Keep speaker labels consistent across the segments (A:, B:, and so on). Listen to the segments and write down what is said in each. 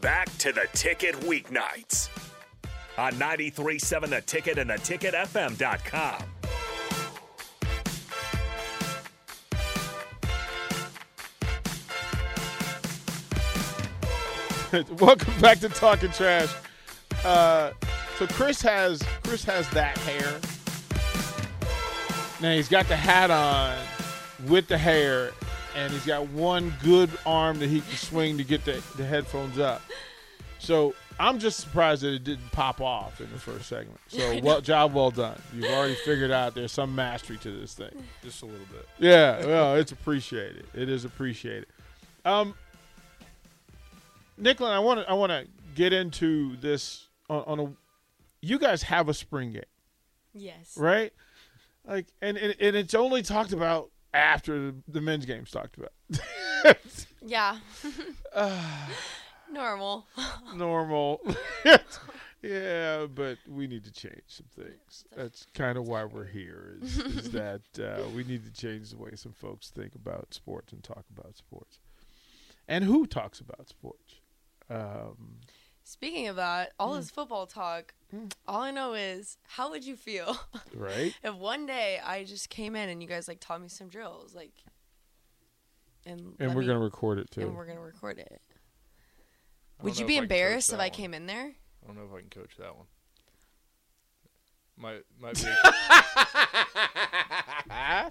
A: Back to the ticket weeknights on 93.7 The Ticket and theticketfm.com.
B: Welcome back to Talking Trash. Uh, so Chris has Chris has that hair. Now he's got the hat on with the hair, and he's got one good arm that he can swing to get the, the headphones up. So I'm just surprised that it didn't pop off in the first segment. So well, job well done. You've already figured out there's some mastery to this thing.
C: Just a little bit.
B: Yeah, well, it's appreciated. It is appreciated. Um, Nicklin, I want to I want to get into this on, on a. You guys have a spring game,
D: Yes.
B: right? Like, and and, and it's only talked about after the, the men's game's talked about.
D: Yeah.
C: Ah.
D: Normal.
B: Normal. yeah, but we need to change some things. That's kind of why we're here. Is, is that uh, we need to change the way some folks think about sports and talk about sports, and who talks about sports. Um,
D: Speaking of that,
C: Mm.
D: all this football talk, all I know is how would you feel
B: right?
D: if one day I just came in and you guys like taught me some drills, like, and
B: And
D: let
B: we're
D: me-
B: gonna record it too.
D: and we're gonna record it.
C: I don't
D: Would you
C: know
D: be
C: if I can coach
D: embarrassed
C: that
D: if I
C: one.
D: came in there?
C: I don't know if I can coach that one. Might might be. I,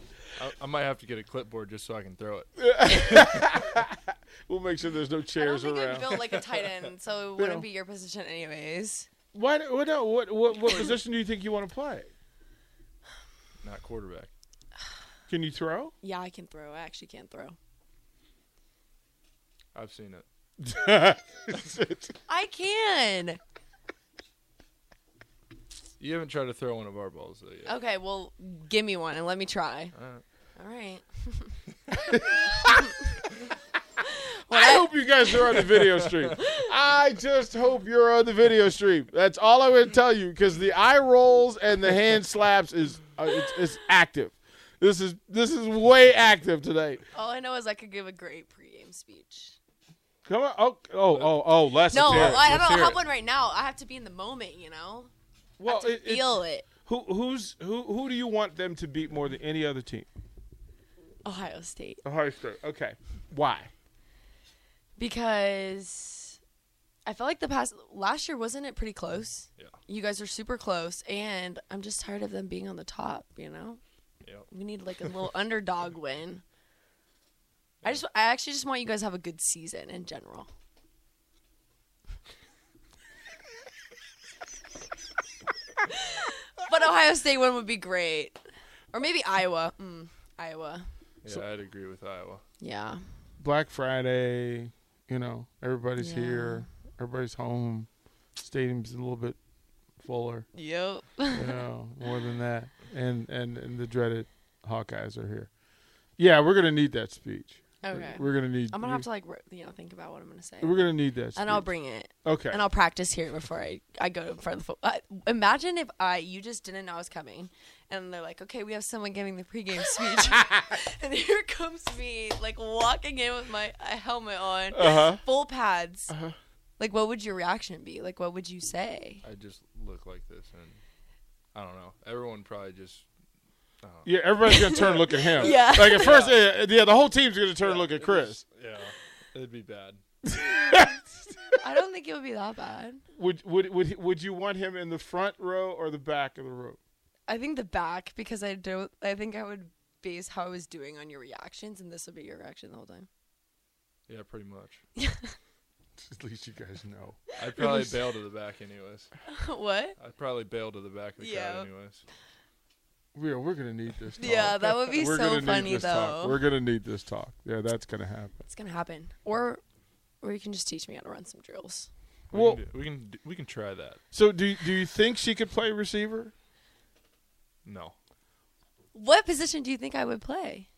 C: I might have to get a clipboard just so I can throw it.
B: We'll make sure there's no
D: I don't
B: chairs
D: think I'd
B: around.
D: build like a tight end, so it
B: Yeah.
D: wouldn't be your position anyways.
B: Why? do- What? no, What? What? What position do you think you want to play?
C: Not quarterback.
B: Can you throw?
D: Yeah, I can throw. I actually can throw.
C: I've seen it.
D: I can.
C: You haven't tried to throw one of our balls though yet.
D: Okay, well, give me one and let me try.
C: All right.
D: All right.
B: I hope you guys are on the video stream. I just hope you're on the video stream. That's all I'm going to tell you because the eye rolls and the hand slaps is uh, it's, it's active. This is this is way active today.
D: All I know is I could give a great pregame speech.
B: Come on. Oh oh oh oh. Let's
D: No,
B: hear it.
D: I
B: Let's
D: don't
B: hear
D: have
B: it.
D: one right now. I have to be in the moment, you know?
B: Well, it- it's-
D: Feel it.
B: who who's who who do you want them to beat more than any other team?
D: Ohio State.
B: Ohio State. Okay. Why?
D: Because I felt like the past last year wasn't it pretty close?
C: Yeah.
D: You guys are super close and I'm just tired of them being on the top, you know?
C: Yep.
D: We need like a little underdog win. I just I actually just want you guys to have a good season in general. but Ohio State one would be great. Or maybe Iowa. Mm, Iowa.
C: Yeah, I'd agree with Iowa.
D: Yeah.
B: Black Friday. You know, everybody's
D: Yeah.
B: here. Everybody's home. Stadium's a little bit fuller.
D: Yep.
B: you know, more than that. And, and and the dreaded Hawkeyes are here. Yeah, we're gonna need that speech. We're-
D: Okay.
B: We're, gonna need.
D: I'm gonna have to like re- you know think about what I'm gonna say.
B: We're gonna need that. Speech.
D: and I'll bring it.
B: Okay.
D: And I'll practice here before I, I go in front of the football. imagine if I you just didn't know I was coming, and they're like, okay, we have someone giving the pregame speech, and here comes me like walking in with my uh, helmet on,
B: Uh-huh.
D: full pads. Like, what would your reaction be? Like, what would you say?
C: I just look like this, and I don't know. Everyone probably just
B: yeah, everybody's gonna turn and look at him.
D: Yeah.
B: Like at first, yeah, yeah the whole team's gonna turn and look at Chris.
C: yeah, it'd be bad.
D: I don't think it would be that bad.
B: Would would would he- would you want him in the front row or the back of the row?
D: I think the back because I don't. I think I would base how I was doing on your reactions, and this would be your reaction the whole time.
C: Yeah, pretty much.
B: At least you guys know.
C: I'd probably bail to the back, anyways.
D: what?
C: I'd probably bail to the back of the
D: Yeah.
C: crowd, anyways.
B: We're we're gonna need this. Talk.
D: Yeah, that would be
B: we're
D: so
B: gonna need
D: funny,
B: this talk.
D: though.
B: We're gonna need this talk. Yeah, that's gonna happen.
D: It's gonna happen, or or you can just teach me how to run some drills.
C: We
B: Well-
C: can do- we can do- we can try that.
B: So do do you think she could play receiver?
C: No,
D: What position do you think I would play?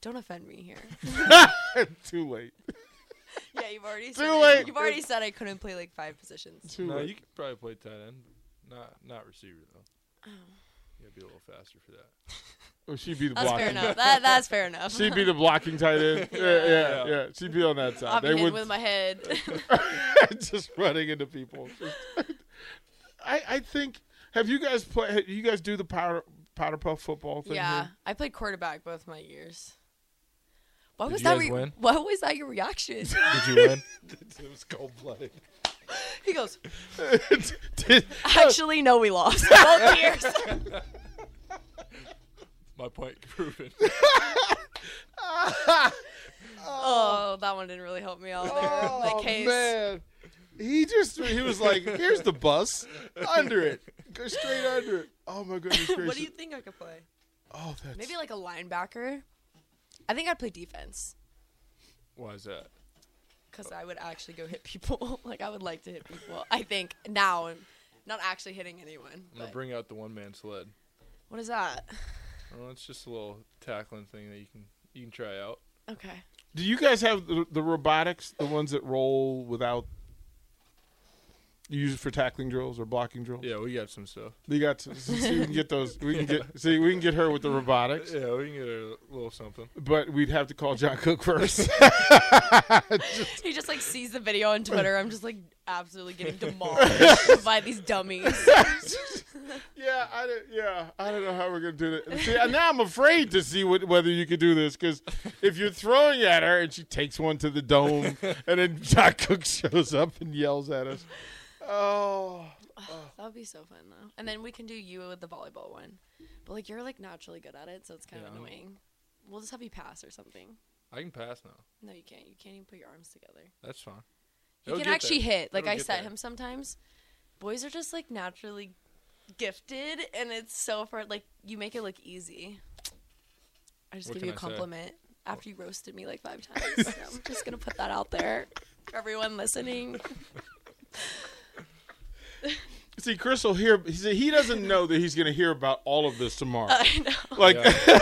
D: Don't offend me here.
B: Too late.
D: yeah, you've already
B: Too late.
D: you've already said I couldn't play like five positions.
B: Too
C: no,
B: late.
D: Oh.
C: you could probably play tight end, not not receiver though. Yeah, be a little faster for that.
B: Well, Oh, she'd be the
D: That's fair
B: blocking.
D: enough. That, that's fair enough.
B: She'd be the blocking tight end. yeah, yeah, yeah,
C: Yeah.
B: She'd be on that side.
D: Popping
B: They
D: in
B: would
D: with my head.
B: just running into people. Just- I I think. Have you guys play? You guys do the powder powder puff football thing?
D: yeah,
B: here?
D: I played quarterback both my years. Why
C: Did
D: was
C: you
D: that?
C: guys
D: Re-
C: win?
D: Why was that your reaction?
C: Did you win?
B: it was cold blooded.
D: he goes, actually, no, we lost both years.
C: My point proven.
D: oh, that one didn't really help me out there. my Oh, case.
B: Oh, man, he just he was like, "Here's the bus under it, go straight under it." Oh my goodness gracious!
D: what do you think I could play?
B: oh, that's
D: Maybe like a linebacker. I think I'd play defense
C: Why is that?
D: because I would actually go hit people. like I would like to hit people. I think now, I'm not actually hitting anyone.
C: I'm gonna
D: but-
C: bring out the one man sled.
D: what is that?
C: I don't know, it's just a little tackling thing that you can you can try out.
D: Okay.
B: do you guys have the, the robotics, the ones that roll without? You use it for tackling drills or blocking drills.
C: Yeah, we got some stuff.
B: We got to see, see, we can get those. We can get see we can get her with the robotics,
C: Yeah, we can get a little something.
B: but we'd have to call John Cook first.
D: He just like sees the video on Twitter. I'm just like absolutely getting demolished by these dummies.
B: Yeah, I don't, yeah, I don't know how we're gonna do that. See, and now I'm afraid to see what, whether you could do this because if you're throwing at her and she takes one to the dome, and then John Cook shows up and yells at us. Oh,
D: That would be so fun though. And then we can do you with the volleyball one. But like you're like naturally good at it, so it's kind
C: Yeah,
D: of
C: I'm-
D: annoying. We'll just have you pass or something.
C: I can pass now.
D: No, you can't. You can't even put your arms together.
C: That's fine.
D: You
C: It'll
D: can
C: get
D: actually
C: there.
D: hit. Like
C: It'll
D: I
C: get
D: set
C: there.
D: him sometimes. Boys are just like naturally gifted, and it's so far. Like you make it look easy. I just
C: What
D: give
C: can
D: you a
C: I say?
D: compliment after you roasted me like five times. so I'm just gonna put that out there for everyone listening.
B: see, Chris will hear. See, he doesn't know that he's gonna hear about all of this tomorrow.
D: I know.
B: Like,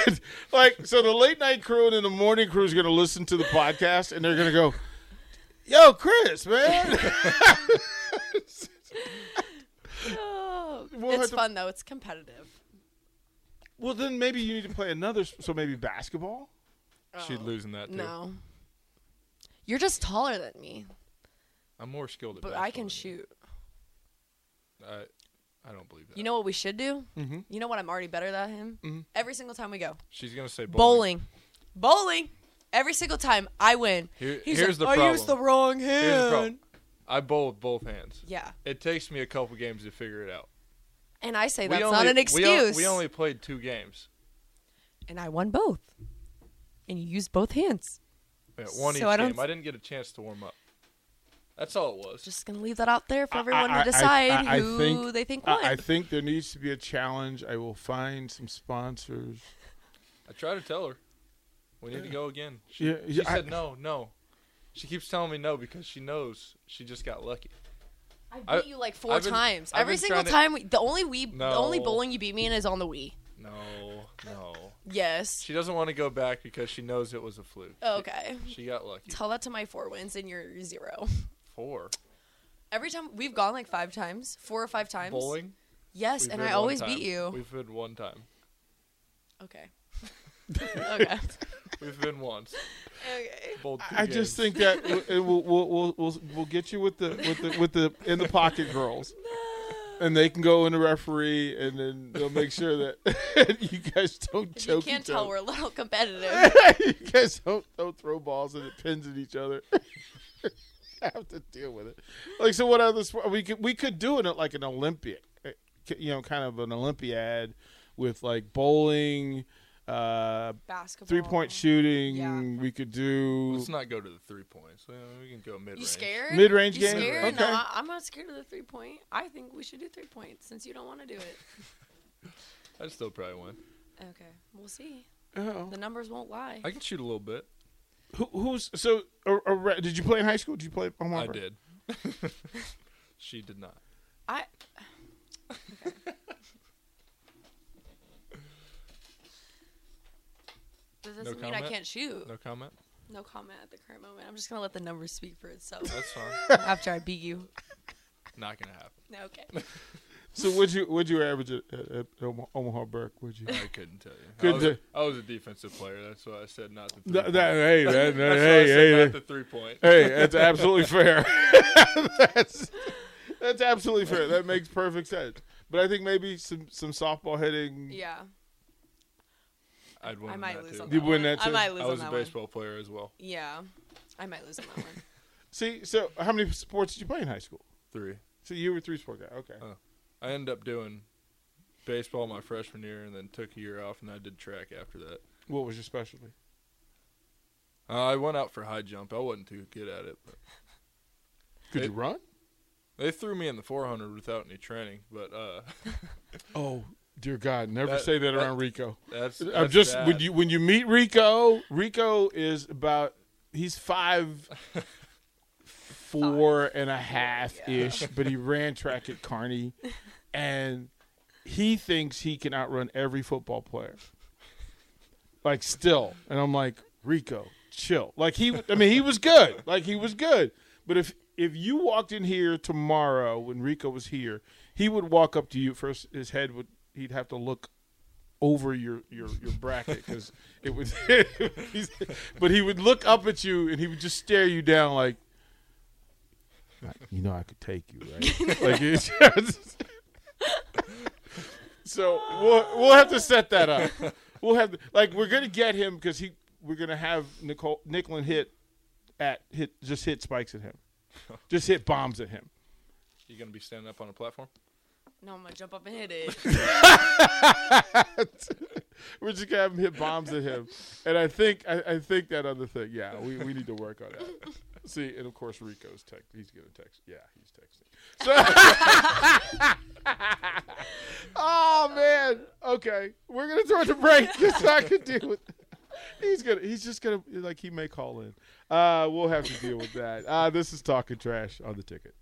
B: like so the late night crew and then the morning crew is going to listen to the podcast and they're going to go, "Yo, Chris, man."
D: Oh,
B: We'll have
D: it's
B: to-
D: fun though. It's competitive.
B: well, then maybe you need to play another. So maybe basketball.
C: She's losing that too.
D: Oh, No. You're just taller than me,
C: I'm more skilled at
D: but I can
C: basketball
D: shoot.
C: than you. I I don't believe that.
D: You know what we should do?
C: Mm-hmm.
B: Mhm.
D: You know what? I'm already better than him. Every single time we go
C: she's gonna say bowling.
D: bowling, bowling. Every single time I win.
C: Here-
D: He's
C: here's the
D: like, I used the
C: problem.
D: wrong hand.
C: Here's the problem. I bowl with both hands.
D: Yeah,
C: It takes me a couple games to figure it out.
D: and I say
C: We
D: that's
C: only-
D: not an
C: we
D: excuse.
C: on- We, only played two games.
D: and I won both. And you used both hands.
C: Yeah, uh, one
D: So
C: each
D: I don't
C: game. I didn't get a chance to warm up. That's all it was.
D: Just gonna leave that out there for
B: I-
D: everyone
B: I- I-
D: to decide
B: I- I
D: who
B: think-
D: they think won.
B: I, I think there needs to be a challenge. I will find some sponsors.
C: I tried to tell her. We need to go again. She,
B: Yeah,
C: she
B: yeah, I-
C: said no, no. She keeps telling me no because she knows she just got lucky.
D: I beat
C: I-
D: you like 4
C: I've been-
D: times.
C: I've
D: Every
C: been
D: single
C: trying to-
D: time, we, the only we, the only
C: No.
D: bowling you beat me in is on the Wii.
C: No, no.
D: Yes.
C: She doesn't want to go back because she knows it was a fluke.
D: Okay.
C: She got lucky.
D: Tell that to my four wins and your zero.
C: Four.
D: Every time we've gone like five times, four or five times.
C: Bowling.
D: Yes,
C: we've
D: and
C: been
D: I
C: one
D: always
C: time.
D: beat you.
C: We've been one time.
D: Okay. okay.
C: We've been once.
D: Okay.
C: Bowled two
B: I just think
C: games.
B: that w- it will we'll, we'll, we'll, we'll get you with the with the with the in the pocket girls, and they can go in the referee, and then they'll make sure that you guys don't
D: If you
B: choke.
D: can't
B: each
D: tell,
B: other.
D: we're a little competitive.
B: you guys don't, don't throw balls and it pins at each other. have to deal with it. Like so, what other sport we could we could do it at like an Olympic, uh, ki- you know, kind of an Olympiad with like bowling, uh,
D: Basketball.
B: three point shooting.
D: Yeah.
B: We could do
C: Let's not go to the three points. Uh, We can go mid range.
D: You scared?
B: Mid range
D: You
B: game.
D: scared?
B: Okay.
D: No, I, I'm not scared of the three point. I think we should do three points since you don't want to do it.
C: I'd still probably win.
D: Okay. We'll see.
B: Oh.
D: The numbers won't lie.
C: I can shoot a little bit.
B: Who, who's so? A, a, re- did you play in high school? Did you play? on
C: I
B: Whopper?
C: did. she did not.
D: I. That doesn't mean I
C: comment?
D: can't shoot. No.
C: No comment.
D: comment at the current moment. I'm just gonna let the numbers speak for itself
C: That's fine.
D: after I beat you.
C: not gonna happen.
D: No, Okay.
B: So would you would you average at, at, at Omaha- Omaha Burke? Would you?
C: I couldn't tell you.
B: Good
C: I, was,
B: to-
C: I was a defensive player. That's why I said not the three.
B: That-
C: point.
B: that- hey, that-
C: That's why I
B: hey,
C: said
B: hey,
C: not the three point.
B: hey, that's absolutely fair. that's, that's absolutely fair. That makes perfect sense. But I think maybe some, some softball hitting.
D: Yeah,
C: I'd win
D: I
C: on
D: might
C: that
D: lose
C: too.
D: on that.
B: You win
D: one.
B: that
D: I
B: too?
D: might
B: I
D: lose
C: I was
D: on
C: a
D: that one.
C: baseball player as well.
D: Yeah, I might lose on that one.
B: See, so how many sports did you play in high school?
C: Three.
B: So you were three sport guy. Okay.
C: Uh. I ended up doing baseball my freshman year, and then took a year off, and I did track after that.
B: What was your specialty?
C: Uh, I went out for high jump. I wasn't too good at it, but
B: Could
C: It-
B: you run?
C: they threw me in the 400 without any training. But uh,
B: Oh dear God! Never
C: That-
B: say that,
C: that-
B: around Rico.
C: that's,
B: I'm
C: that's
B: just
C: bad.
B: when you when you meet Rico. Rico is about he's five, four and a half ish, but he ran track at Kearney, and he thinks he can outrun every football player. Like still, and I'm like Rico, chill. Like he, I mean, he was good. Like he was good. But if if you walked in here tomorrow when Rico was here, he would walk up to you first. His head would he'd have to look over your your, your bracket because it was. he's- but he would look up at you and he would just stare you down like, "I- you know, I could take you, right? like it's just- so we'll we'll have to set that up. We'll have like we're gonna get him because he we're gonna have Nicole Nicklin hit at hit just hit spikes at him, just hit bombs at him.
C: You gonna be standing up on a platform?
D: No, I'm gonna jump up and hit it.
B: We're just gonna have him hit bombs at him. And I think I, I think that other thing, yeah, we, we need to work on that. See, and of course Rico's text he's gonna text. Yeah, he's texting. So Oh man. Okay. We're gonna throw it to break because I could deal with He's gonna he's just gonna like he may call in. Uh we'll have to deal with that. Uh this is talking trash on the ticket.